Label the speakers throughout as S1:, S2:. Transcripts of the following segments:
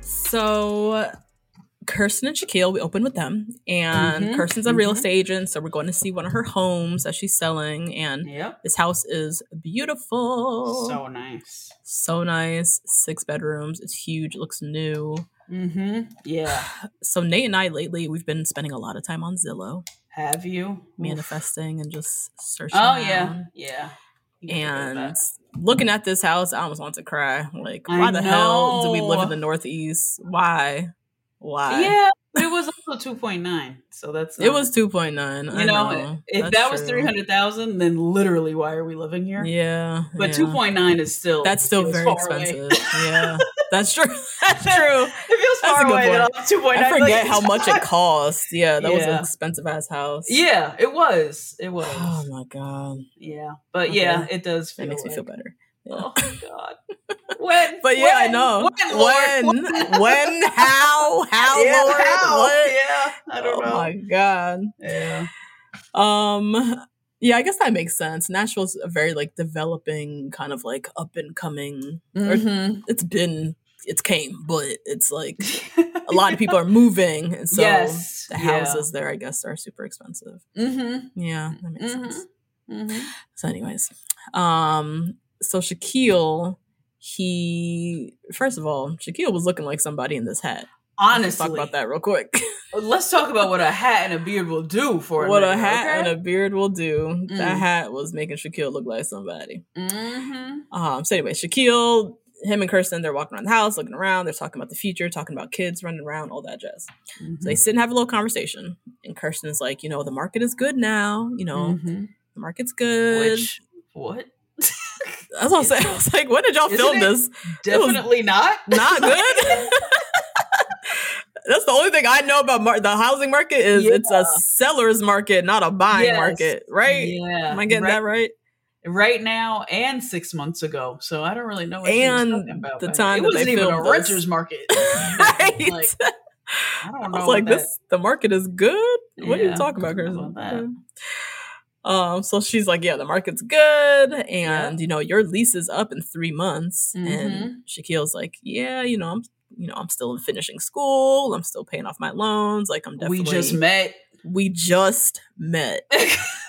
S1: So Kirsten and Shaquille, we opened with them, and
S2: Mhm,
S1: Kirsten's a real
S2: mhm.
S1: estate agent, so we're going to see one of her homes that she's selling, and
S2: Yep.
S1: this house is beautiful,
S2: So nice.
S1: so nice, six bedrooms, it's huge, it looks new.
S2: Mm-hmm. Yeah.
S1: So Nate and I lately we've been spending a lot of time on Zillow,
S2: Have you?
S1: manifesting and just
S2: Oof.
S1: searching.
S2: Oh yeah.
S1: around.
S2: Yeah. You can do
S1: and
S2: that.
S1: looking at this house, I almost want to cry. Like,
S2: I
S1: why the hell do we live in
S2: know.
S1: the Northeast? Why? Why?
S2: yeah, but it was also two point nine. So that's
S1: It
S2: not-
S1: was 2.9. I
S2: You know, if
S1: That's
S2: that was
S1: true.
S2: three hundred thousand, then literally, why are we living here?
S1: Yeah.
S2: But
S1: yeah.
S2: two point nine is still
S1: That's still
S2: feels
S1: very
S2: far away.
S1: expensive. yeah. That's true. That's true.
S2: It feels
S1: That's a
S2: far
S1: good
S2: away.
S1: point.
S2: Two point nine.
S1: I forget how much it costs. Yeah, that was an
S2: Yeah.
S1: expensive ass house.
S2: Yeah, it was. It was.
S1: Oh my god.
S2: yeah, but
S1: Okay.
S2: yeah, it does. Feel
S1: That makes me
S2: like-
S1: feel better. Yeah.
S2: Oh my god. When?
S1: But yeah, I
S2: when?
S1: know.
S2: When? Lord?
S1: When? When? How? How?
S2: yeah,
S1: Oh, Lord?
S2: how?
S1: What?
S2: Yeah, I don't
S1: oh
S2: know.
S1: my god.
S2: Yeah.
S1: Um yeah, I guess that makes sense. Nashville's a very like developing kind of like up and coming. or It's been it's came, but it's like a lot of people are moving, and so
S2: Yes,
S1: the
S2: yeah.
S1: houses there, I guess, are super expensive.
S2: Mm-hmm.
S1: Yeah, that makes sense.
S2: Mm-hmm. Mm-hmm.
S1: So, anyways, um, so Shaquille, he first of all, Shaquille was looking like somebody in this hat. Let's
S2: Honestly,
S1: talk about that real quick.
S2: Let's talk about what a hat and a beard will do for
S1: what a
S2: minute, okay?
S1: hat and a beard will do. That
S2: Mm.
S1: hat was making Shaquille look like somebody.
S2: Mm-hmm.
S1: Um, so anyway, Shaquille, him and Kirsten, they're walking around the house, looking around. They're talking about the future, talking about kids running around, all that jazz.
S2: Mm-hmm.
S1: So they sit and have a little conversation. And Kirsten is like, you know, the market is good now. You know,
S2: Mhm.
S1: the market's good.
S2: Which what?
S1: That's what I'm saying. I was like, when did y'all
S2: Isn't
S1: film
S2: it
S1: this?
S2: Definitely not.
S1: Not good. That's the only thing I know about mar- the housing market is
S2: Yeah.
S1: it's a seller's market, not a buying
S2: Yes.
S1: market, right?
S2: Yeah.
S1: Am I getting
S2: right,
S1: that right?
S2: Right now and six months ago. So I don't really know what she was
S1: And
S2: talking about.
S1: the
S2: back-
S1: time
S2: it
S1: that
S2: wasn't
S1: they
S2: even a
S1: filmed this.
S2: renter's market.
S1: right.
S2: Like, I don't know.
S1: I was like,
S2: about
S1: this the market is good. What are you
S2: Yeah,
S1: talking about,
S2: I don't know
S1: Kirsten?
S2: about that.
S1: Um, so she's like, Yeah, the market's good, and you know, your lease is up in three months.
S2: Mm-hmm.
S1: And Shaquille's like, Yeah, you know, I'm you know, I'm still finishing school, I'm still paying off my loans, like I'm
S2: that.
S1: definitely
S2: We just met.
S1: we just met.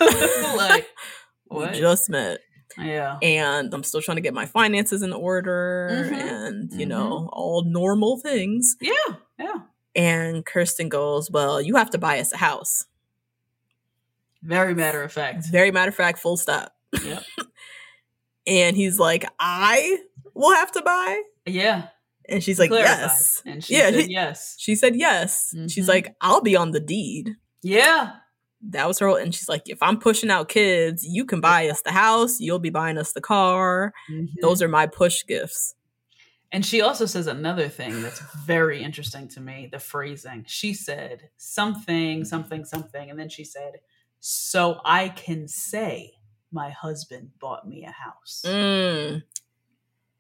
S2: like what?
S1: We just met.
S2: yeah.
S1: And I'm still trying to get my finances in order
S2: Mhm.
S1: and, you
S2: Mhm.
S1: know, all normal things.
S2: Yeah. Yeah.
S1: And Kirsten goes, Well, you have to buy us a house.
S2: Very matter of fact.
S1: Very matter of fact, full stop.
S2: Yep.
S1: And he's like, I will have to buy?
S2: Yeah.
S1: And she's like,
S2: clarified.
S1: Yes.
S2: And she
S1: Yeah,
S2: said
S1: he-
S2: yes.
S1: She said yes. She's
S2: Mhm.
S1: like, I'll be on the deed.
S2: Yeah.
S1: That was her whole and she's like, if I'm pushing out kids, you can buy us the house, you'll be buying us the car. Those are my push gifts.
S2: And she also says another thing that's very interesting to me the phrasing. She said something, something, something. And then she said, So I can say my husband bought me a house.
S1: Mm.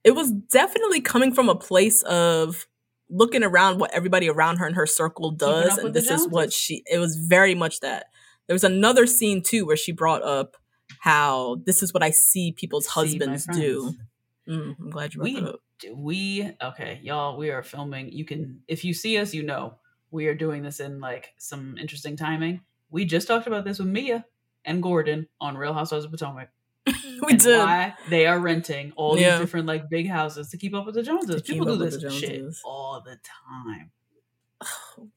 S1: It was definitely coming from a place of looking around what everybody around her in her circle does,
S2: up
S1: and
S2: with the
S1: this is what
S2: Joneses.
S1: she. It was very much that. There was another scene too where she brought up how this is what I see people's
S2: See my
S1: husbands do.
S2: friends.
S1: Mm, I'm glad you brought
S2: We
S1: that up.
S2: we okay, y'all, we are filming. You can if you see us, you know we are doing this in like some interesting timing. We just talked about this with Mia and Gordon on Real Housewives of Potomac.
S1: we
S2: and
S1: did.
S2: Why they are renting all
S1: Yeah.
S2: these different like big houses to keep up with the Joneses.
S1: To keep
S2: People do
S1: up with
S2: this
S1: the
S2: shit
S1: Joneses.
S2: all the time.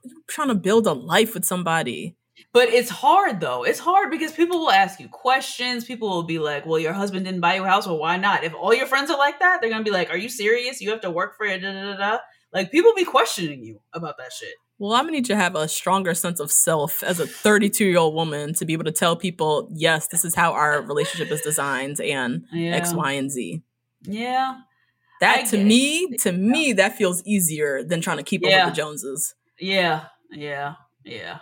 S1: You're trying to build a life with somebody.
S2: But it's hard though. It's hard because people will ask you questions. People will be like, "Well, your husband didn't buy you a house. Well, why not?" If all your friends are like that, they're gonna be like, "Are you serious? You have to work for it." Da, da, da, da. Like people be questioning you about that shit.
S1: Well, I'm gonna need you to have a stronger sense of self as a 32 year old woman to be able to tell people, yes, this is how our relationship is designed, and X,
S2: Yeah.
S1: Y, and Z.
S2: Yeah,
S1: That
S2: I
S1: to
S2: get it.
S1: me, to me, that feels easier than trying to keep up
S2: Yeah.
S1: with the Joneses.
S2: yeah, yeah, yeah,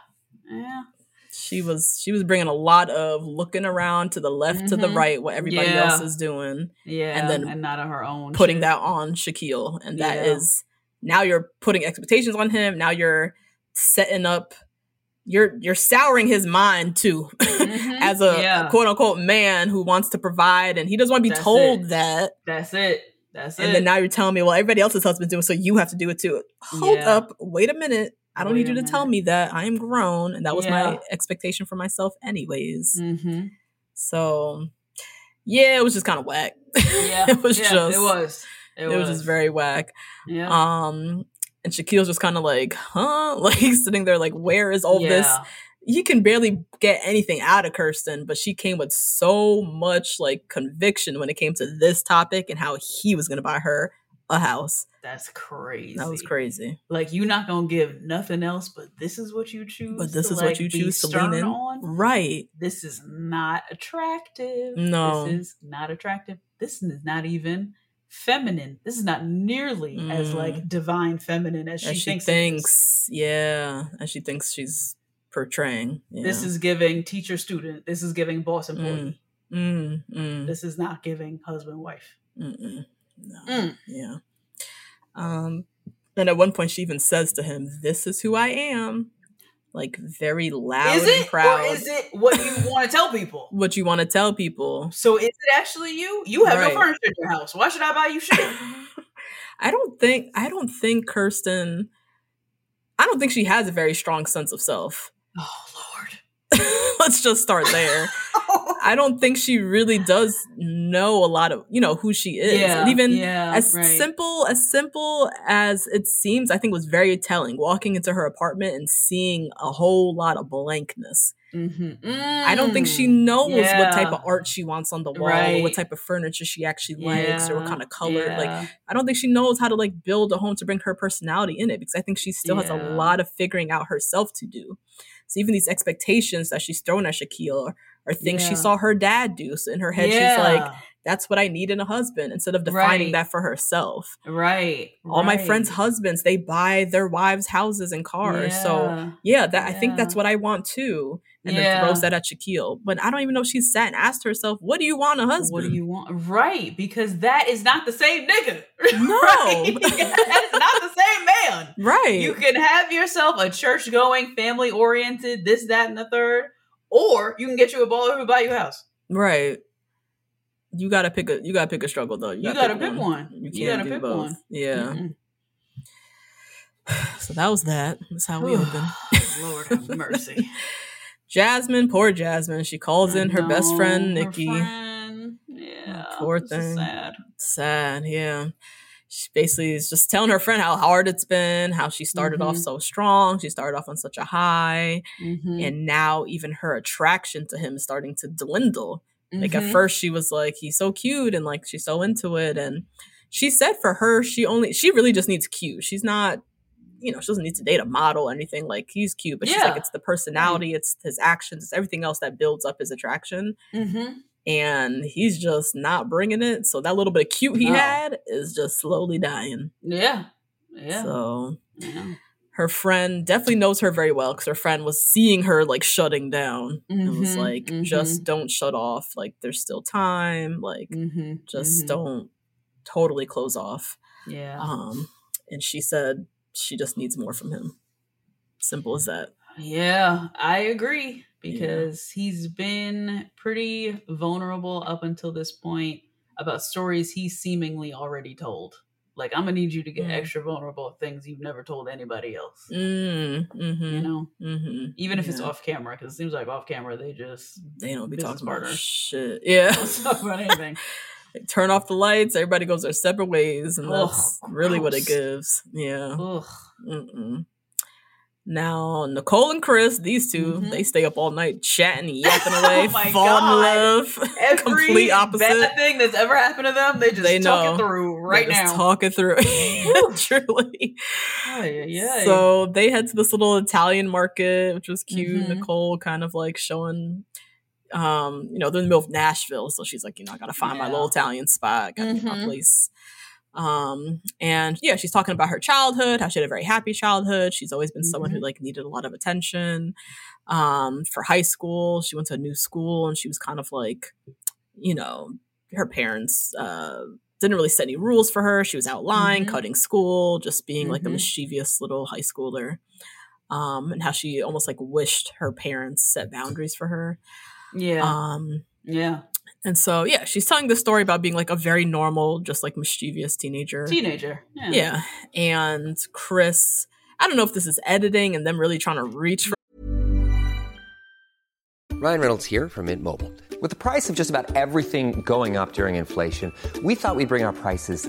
S2: yeah.
S1: She was she was bringing a lot of looking around to the left, to the
S2: Mhm.
S1: right, what everybody
S2: Yeah.
S1: else is doing.
S2: Yeah,
S1: And
S2: and
S1: then
S2: then and not on her own.
S1: putting
S2: shit.
S1: that on Shaquille. And that is
S2: Yeah.
S1: now you're putting expectations on him. Now you're setting up you're you're souring his mind too
S2: Mhm.
S1: as a
S2: Yeah.
S1: quote unquote man who wants to provide and he doesn't want to be
S2: That's
S1: told
S2: it.
S1: that.
S2: That's it. That's
S1: And
S2: it.
S1: then now you're telling me, well, everybody else's husband's doing it, so you have to do it too. Hold
S2: Yeah.
S1: up, wait a minute. I don't
S2: Wait
S1: need you
S2: a
S1: to tell
S2: minute.
S1: me that. I am grown. And that was my
S2: Yeah.
S1: expectation for myself anyways.
S2: hmm
S1: So yeah, it was just kind of whack.
S2: Yeah,
S1: it was
S2: yeah,
S1: just
S2: It was. It,
S1: it was just very whack.
S2: Yeah.
S1: Um, and Shaquille's just kind of like, huh? Like sitting there, like, where is all this?
S2: Yeah.
S1: He can barely get anything out of Kirsten, but she came with so much like conviction when it came to this topic and how he was going to buy her a house.
S2: That's crazy.
S1: That was crazy.
S2: Like you're not gonna give nothing else, but this is what you choose.
S1: But this
S2: to,
S1: is
S2: like,
S1: what you
S2: be
S1: choose to
S2: stern
S1: lean in,
S2: on.
S1: right?
S2: This is not attractive.
S1: No.
S2: This is not attractive. This is not even feminine. This is not nearly as
S1: Mm.
S2: like divine feminine as,
S1: As
S2: she, thinks. it is.
S1: thinks yeah, as she thinks she's portraying. Yeah.
S2: This is giving teacher student. This is giving boss employee.
S1: mm, mm,
S2: This is not giving husband wife.
S1: mm-mm. no.
S2: Mm.
S1: Yeah. Um, and at one point, she even says to him, "This is who I am," like very loud
S2: Is
S1: and
S2: it
S1: proud.
S2: or is it what you want to tell people?
S1: what you want to tell people?
S2: So is it actually you? You have
S1: Right.
S2: no furniture in your house. Why should I buy you shit?
S1: I don't think. I don't think Kirsten. I don't think she has a very strong sense of self.
S2: oh Lord.
S1: Let's just start there. I don't think she really does know a lot of you know who she is. and even
S2: yeah,
S1: as
S2: right.
S1: simple as simple as it seems i think was very telling walking into her apartment and seeing a whole lot of blankness
S2: Mhm.
S1: i don't think she
S2: Mm,
S1: knows what type
S2: yeah.
S1: of art she wants on the wall or what
S2: Right.
S1: type of furniture she actually likes or what
S2: Mm. Yeah,
S1: kind of color like
S2: yeah.
S1: i don't think she knows how to like build a home to bring her personality in it because i think she still has a
S2: Yeah.
S1: lot of figuring out herself to do so even these expectations that she's thrown at shaquille are, are things she
S2: Yeah.
S1: saw her dad do so in her head she's like that's what i need in a husband instead of defining
S2: Right.
S1: that for herself
S2: Yeah, right.
S1: all my friends'
S2: right.
S1: husbands they buy their wives houses and cars so
S2: Yeah.
S1: yeah that i think that's
S2: Yeah.
S1: what i want too and then
S2: Yeah.
S1: throws that at shaquille but i don't even know if she sat and asked herself what do you want a husband
S2: What do you want? Right, because that is not the same nigga.
S1: No.
S2: Right? that is not the same man.
S1: right
S2: You can have yourself a church going, family oriented, this, that, and the third, or you can get you a baller who buy you a house.
S1: right you gotta pick a you gotta pick a struggle though
S2: You gotta pick one.
S1: you can't
S2: You gotta
S1: do
S2: pick
S1: both
S2: one.
S1: yeah
S2: Mm-mm.
S1: so that was that that's how we open
S2: Lord have mercy.
S1: jasmine poor jasmine she calls in her best friend
S2: No, her
S1: nikki
S2: friend. Yeah.
S1: poor
S2: this is
S1: thing.
S2: Sad.
S1: sad yeah she basically is just telling her friend how hard it's been how she started off
S2: Mhm.
S1: so strong she started off on such a high
S2: Mm-hmm.
S1: and now even her attraction to him is starting to dwindle like at
S2: Mhm.
S1: first she was like he's so cute and like she's so into it and she said for her she only she really just needs cute she's not you know she doesn't need to date a model or anything like he's cute but she's
S2: Yeah.
S1: like it's the personality it's his actions it's everything else that builds up his attraction
S2: Mhm.
S1: and he's just not bringing it. So that little bit of cute he
S2: No.
S1: had is just slowly dying.
S2: Yeah. Yeah.
S1: So
S2: yeah.
S1: her friend definitely knows her very well because her friend was seeing her like shutting down and
S2: Mhm,
S1: was like, just don't shut off. Like there's still time. Like
S2: Mhm,
S1: just
S2: mhm.
S1: don't totally close off.
S2: Yeah.
S1: Um, and she said she just needs more from him. Simple as that.
S2: Yeah, I agree
S1: Yeah.
S2: because he's been pretty vulnerable up until this point about stories he seemingly already told. Like I'm gonna need you to get
S1: Mm.
S2: extra vulnerable at things you've never told anybody else.
S1: Mm,
S2: You
S1: mm-hmm.
S2: know,
S1: Mm-hmm.
S2: even if it's
S1: Yeah.
S2: off camera, because it seems like off camera they just
S1: They don't be
S2: Business
S1: talking about
S2: partner.
S1: shit. Yeah.
S2: don't talk about anything.
S1: They turn off the lights. Everybody goes their separate ways, and
S2: Ugh,
S1: that's really what it
S2: gross.
S1: gives. Yeah.
S2: Ugh.
S1: Mm-mm. Now Nicole and Chris, these 2
S2: Mhm.
S1: they stay up all night chatting, yapping
S2: Oh
S1: away,
S2: my
S1: fall
S2: God.
S1: in love.
S2: Every
S1: Complete opposite.
S2: bad thing that's ever happened to them, they just
S1: They
S2: talk
S1: know.
S2: it through right
S1: They're just
S2: now.
S1: talking through truly.
S2: Ay, ay, ay.
S1: So they head to this little Italian market, which was cute.
S2: Mhm.
S1: Nicole kind of like showing, um, you know, they're in the middle of Nashville, so she's like, you know, I gotta find my
S2: Yeah.
S1: little Italian spot, gotta get my
S2: Mhm.
S1: place. Um, and yeah, she's talking about her childhood, how she had a very happy childhood. She's always been someone who like needed a lot of attention. Um, for high school, she went to a new school, and she was kind of like, you know, her parents. Uh, didn't really set any rules for her. She was out lying,
S2: Mhm.
S1: cutting school, just being like a
S2: Mhm.
S1: mischievous little high schooler. Um, and how she almost like wished her parents set boundaries for her.
S2: yeah,
S1: Um,
S2: yeah,
S1: and so yeah, she's telling this story about being like a very normal, just like mischievous teenager.
S2: teenager. Yeah.
S1: yeah. And Chris, I don't know if this is editing and them really trying to reach for
S3: Ryan Reynolds here from Mint Mobile. With the price of just about everything going up during inflation, we thought we'd bring our prices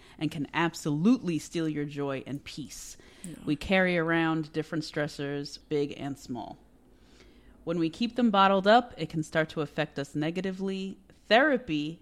S2: and can absolutely steal your joy and peace. We carry around different stressors, big and small. When we keep them bottled up, it can start to affect us negatively. Therapy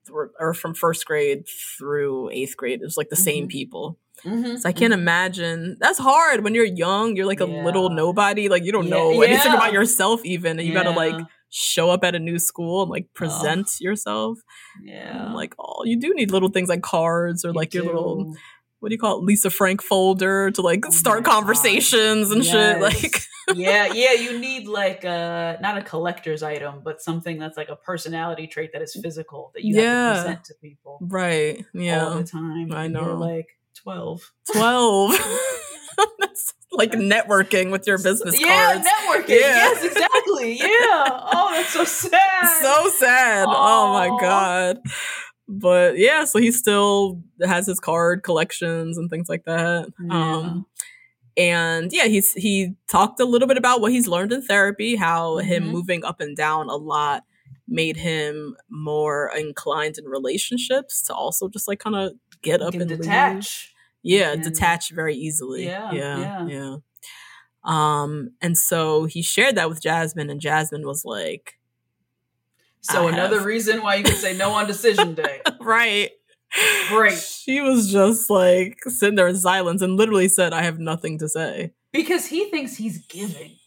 S1: were, or from first grade through eighth grade, it was like the same
S2: Mhm.
S1: people.
S2: Mhm,
S1: So I can't imagine. That's hard when you're young. You're like a little
S2: Yeah.
S1: nobody. Like you don't
S2: Yeah,
S1: know anything
S2: yeah.
S1: about yourself, even, and you gotta like
S2: Yeah.
S1: show up at a new school and like present yourself.
S2: mhm.
S1: And
S2: yeah.
S1: I'm like, oh, you do need little things like cards or
S2: You
S1: like your little
S2: do.
S1: what do you call it, Lisa Frank folder to like
S2: Oh
S1: start
S2: my God.
S1: conversations and shit. Like,
S2: Yes. yeah, yeah, you need like a not a collector's item, but something that's like a personality trait that is physical that you have
S1: Mm. Yeah.
S2: to present to people
S1: right?
S2: all
S1: Yeah,
S2: the time.
S1: I
S2: and you're,
S1: know.
S2: like twelve.
S1: twelve. That's like networking with your business
S2: yeah,
S1: cards.
S2: networking.
S1: Yeah.
S2: Yes, exactly. Yeah. Oh, that's so sad.
S1: so sad. Oh
S2: Aw.
S1: my god. But yeah, so he still has his card collections and things like that. Um and yeah, he's he talked a little bit about what he's learned in therapy, how him
S2: Mhm.
S1: moving up and down a lot made him more inclined in relationships to also just like kind of get
S2: You
S1: up
S2: can
S1: and leave.
S2: detach.
S1: Yeah,
S2: and-
S1: detach very easily.
S2: Yeah, yeah.
S1: yeah, yeah. Um, and so he shared that with Jasmine, and Jasmine was like,
S2: So
S1: I
S2: another
S1: have.
S2: reason why you can say no on decision day.
S1: right.
S2: Great.
S1: She was just like sitting there in silence and literally said, I have nothing to say.
S2: Because he thinks he's giving.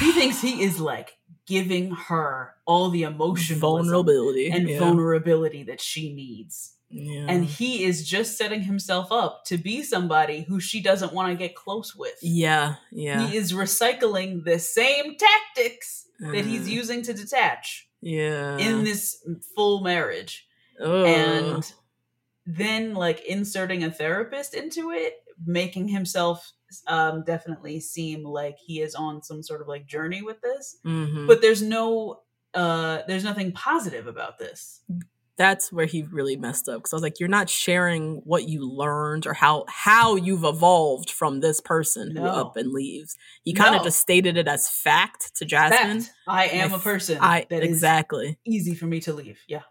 S2: He thinks he is like giving her all the emotion
S1: Vulnerability.
S2: and
S1: yeah.
S2: vulnerability that she needs.
S1: Yeah.
S2: And he is just setting himself up to be somebody who she doesn't want to get close with.
S1: yeah, yeah,
S2: He is recycling the same tactics that he's
S1: Mm.
S2: using to detach
S1: yeah.
S2: in this full marriage.
S1: Ugh.
S2: And then, like, inserting a therapist into it, making himself um, definitely seem like he is on some sort of like journey with this.
S1: Mhm.
S2: But there's no. Uh, there's nothing positive about this.
S1: that's where he really messed up because I was like, "You're not sharing what you learned or how how you've evolved from this person who
S2: No.
S1: up and leaves." He kind of
S2: No.
S1: just stated it as fact to Jasmine.
S2: Fact. I am
S1: I-
S2: a person
S1: I
S2: that is
S1: exactly.
S2: easy for me to leave. Yeah.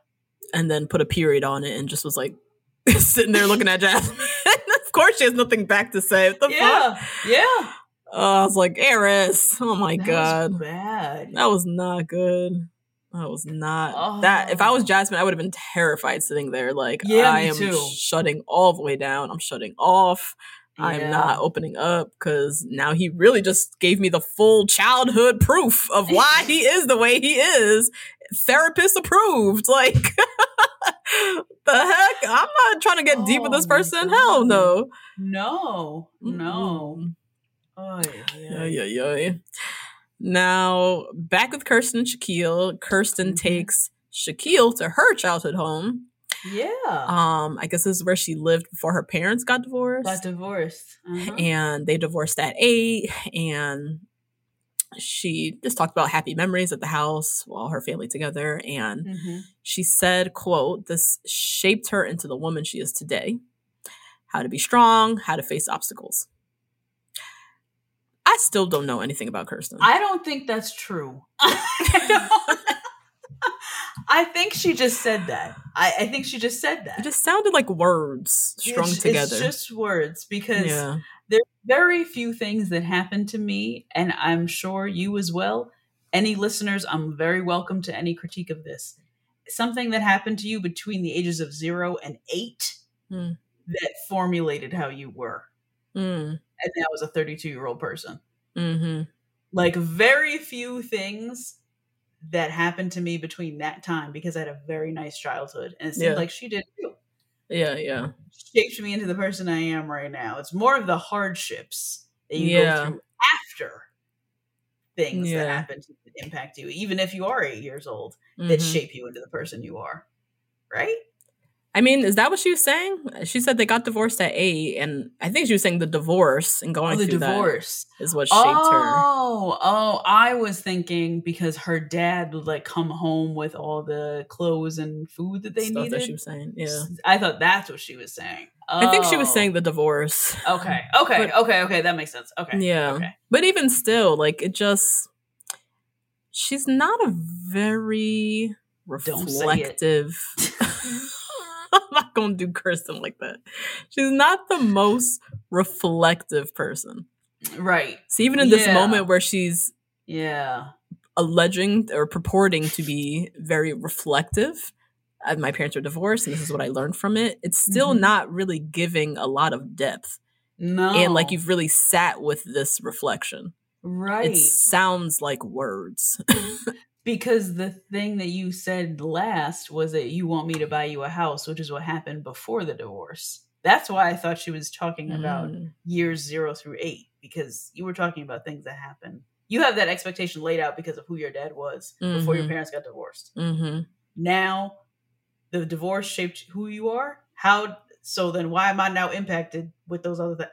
S1: and then put a period on it and just was like sitting there looking at Jasmine. of course, she has nothing back to say. What the fuck?
S2: Yeah. Yeah.
S1: Uh, I was like, Eris. Oh my
S2: That was
S1: god,
S2: bad.
S1: that was not good. That was not that. If I was Jasmine, I would have been terrified sitting there. Like,
S2: Oh. Yeah,
S1: I
S2: me
S1: am
S2: too.
S1: shutting all the way down. I'm shutting off. I'm
S2: Yeah.
S1: not opening up because now he really just gave me the full childhood proof of why he is the way he is. Therapist approved. Like, the heck? I'm not trying to get deep with
S2: Oh
S1: this
S2: my
S1: person.
S2: God.
S1: Hell no.
S2: No. No. Oh,
S1: Ay, ay, ay. Now, back with Kirsten and Shaquille, Kirsten
S2: Mhm.
S1: takes Shaquille to her childhood home.
S2: Yeah.
S1: Um, I guess this is where she lived before her parents got divorced.
S2: Got divorced. Uh-huh.
S1: and they divorced at eight and she just talked about happy memories at the house while her family together and
S2: Mhm.
S1: she said quote this shaped her into the woman she is today how to be strong how to face obstacles i still don't know anything about kirsten
S2: I don't think that's true. I don't- I think she just said that. I, I think she just said that.
S1: it just sounded like words strung
S2: It's-
S1: together
S2: It's just words because
S1: yeah
S2: there's very few things that happen to me, and I'm sure you as well. Any listeners, I'm very welcome to any critique of this. Something that happened to you between the ages of zero and eight
S1: Hmm.
S2: that formulated how you were.
S1: mm,
S2: And that was a 32 year old person.
S1: mm-hmm
S2: Like very few things that happened to me between that time because I had a very nice childhood, and it seemed
S1: Yeah.
S2: like she did too.
S1: Yeah, yeah.
S2: Shaped me into the person I am right now. It's more of the hardships that you
S1: Yeah.
S2: go through after things
S1: Yeah.
S2: that happen to impact you, even if you are eight years old, that
S1: Mhm.
S2: shape you into the person you are. Right?
S1: I mean, is that what she was saying? She said they got divorced at eight, and I think she was saying the divorce and going
S2: Oh, the
S1: through
S2: divorce.
S1: that is what shaped her.
S2: Oh, oh, I was thinking because her dad would like come home with all the clothes and food that they
S1: stuff
S2: needed.
S1: that she was saying. Yeah,
S2: I thought that's what she was saying.
S1: I think she was
S2: Oh.
S1: saying the divorce.
S2: Okay, okay,
S1: But-
S2: okay, okay. That makes sense. Okay.
S1: Yeah.
S2: Okay.
S1: But even still, like it just she's not a very
S2: Don't say it.
S1: reflective. I'm not gonna do Kirsten like that. She's not the most reflective person.
S2: Right.
S1: So even in this
S2: Yeah.
S1: moment where she's
S2: Yeah.
S1: alleging or purporting to be very reflective, uh, my parents were divorced and this is what I learned from it. It's still
S2: Mhm.
S1: not really giving a lot of depth.
S2: No.
S1: And like you've really sat with this reflection.
S2: right
S1: It sounds like words.
S2: because the thing that you said last was that you want me to buy you a house, which is what happened before the divorce. That's why I thought she was talking about
S1: Mm.
S2: years zero through eight because you were talking about things that happen. You have that expectation laid out because of who your dad was before your
S1: Mhm.
S2: parents got divorced.
S1: Mhm.
S2: Now, the divorce shaped who you are. How so? Then why am I now impacted with those other things?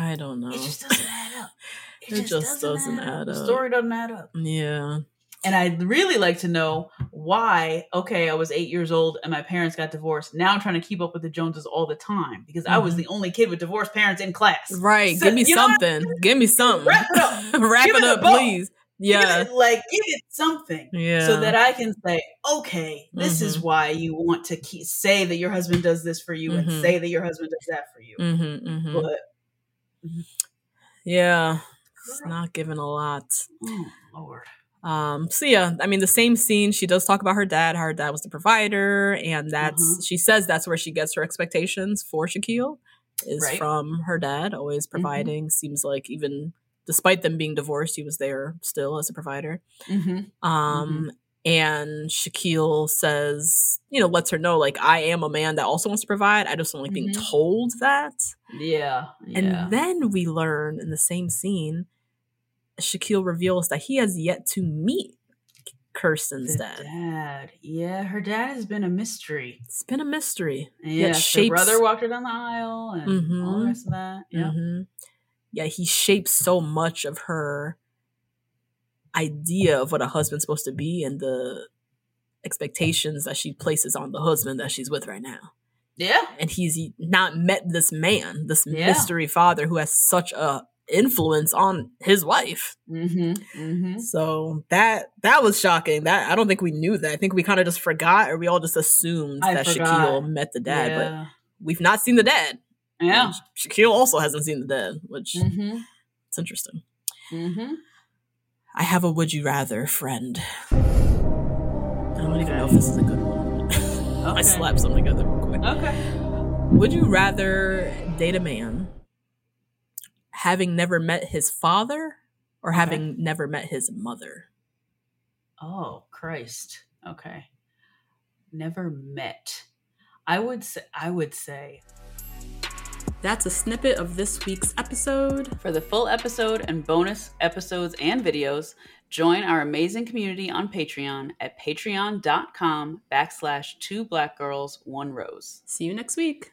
S1: I don't know.
S2: It just doesn't add up.
S1: It just doesn't add
S2: The
S1: up.
S2: story doesn't add up.
S1: yeah.
S2: And I'd really like to know why, okay, I was eight years old and my parents got divorced. Now I'm trying to keep up with the Joneses all the time because I was
S1: Mhm.
S2: the only kid with divorced parents in class.
S1: Right.
S2: So,
S1: give me
S2: you know what?
S1: something. Give me something.
S2: Wrap it up.
S1: Wrap
S2: Give
S1: it
S2: it a
S1: up,
S2: bow.
S1: please.
S2: Give
S1: Yeah.
S2: it- like, give it something.
S1: Yeah. Mm-hmm.
S2: So that I can say, okay, this is why you want to keep, say that your husband does this for you
S1: Mhm.
S2: and say that your husband does that for you.
S1: Mhm, mhm.
S2: But,
S1: Yeah. It's not giving a lot.
S2: oh, Lord.
S1: Um, so yeah, I mean the same scene, she does talk about her dad, how her dad was the provider, and that's
S2: Mhm.
S1: she says that's where she gets her expectations for Shaquille is
S2: Right. Mm-hmm.
S1: from her dad, always providing. Seems like even despite them being divorced, he was there still as a provider.
S2: Mm-hmm.
S1: Um and Shaquille says, you know, lets her know like I am a man that also wants to provide. I just don't like being
S2: Mhm.
S1: told that.
S2: Yeah. Yeah.
S1: And then we learn in the same scene, Shaquille reveals that he has yet to meet Kirsten's
S2: The
S1: dad.
S2: dad. Yeah, her dad has been a mystery.
S1: It's been a mystery.
S2: Yeah, her
S1: shapes-
S2: brother walked her down the aisle and all the
S1: Mhm.
S2: rest of that. Yeah.
S1: Mhm. Yeah, he shapes so much of her idea of what a husband's supposed to be and the expectations that she places on the husband that she's with right now.
S2: Yeah.
S1: And he's not met this man, this
S2: Yeah.
S1: mystery father who has such a influence on his wife.
S2: Mm-hmm. Mm-hmm.
S1: So that that was shocking. That I don't think we knew that. I think we kind of just forgot, or we all just assumed
S2: I
S1: that
S2: forgot.
S1: Shaquille met the dad,
S2: yeah.
S1: but we've not seen the dad.
S2: yeah.
S1: And Shaquille also hasn't seen the dad, which
S2: Mm-hmm.
S1: it's interesting.
S2: Mm-hmm.
S1: I have a would you rather friend. I don't even know if this is a good one. I
S2: Okay.
S1: slapped some together real quick.
S2: Okay.
S1: Would you rather date a man having never met his father or having never met his mother?
S2: Oh Christ. Okay. Never met. I would say. I would say.
S4: That's a snippet of this week's episode.
S2: For the full episode and bonus episodes and videos, join our amazing community on Patreon at patreon.com backslash two black girls, one rose.
S4: See you next week.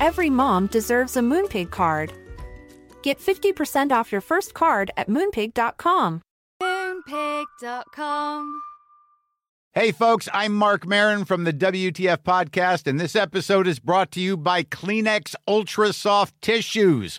S5: Every mom deserves a Moonpig card. Get 50% off your first card at moonpig.com.
S6: Moonpig.com.
S7: Hey, folks, I'm Mark Marin from the WTF Podcast, and this episode is brought to you by Kleenex Ultra Soft Tissues,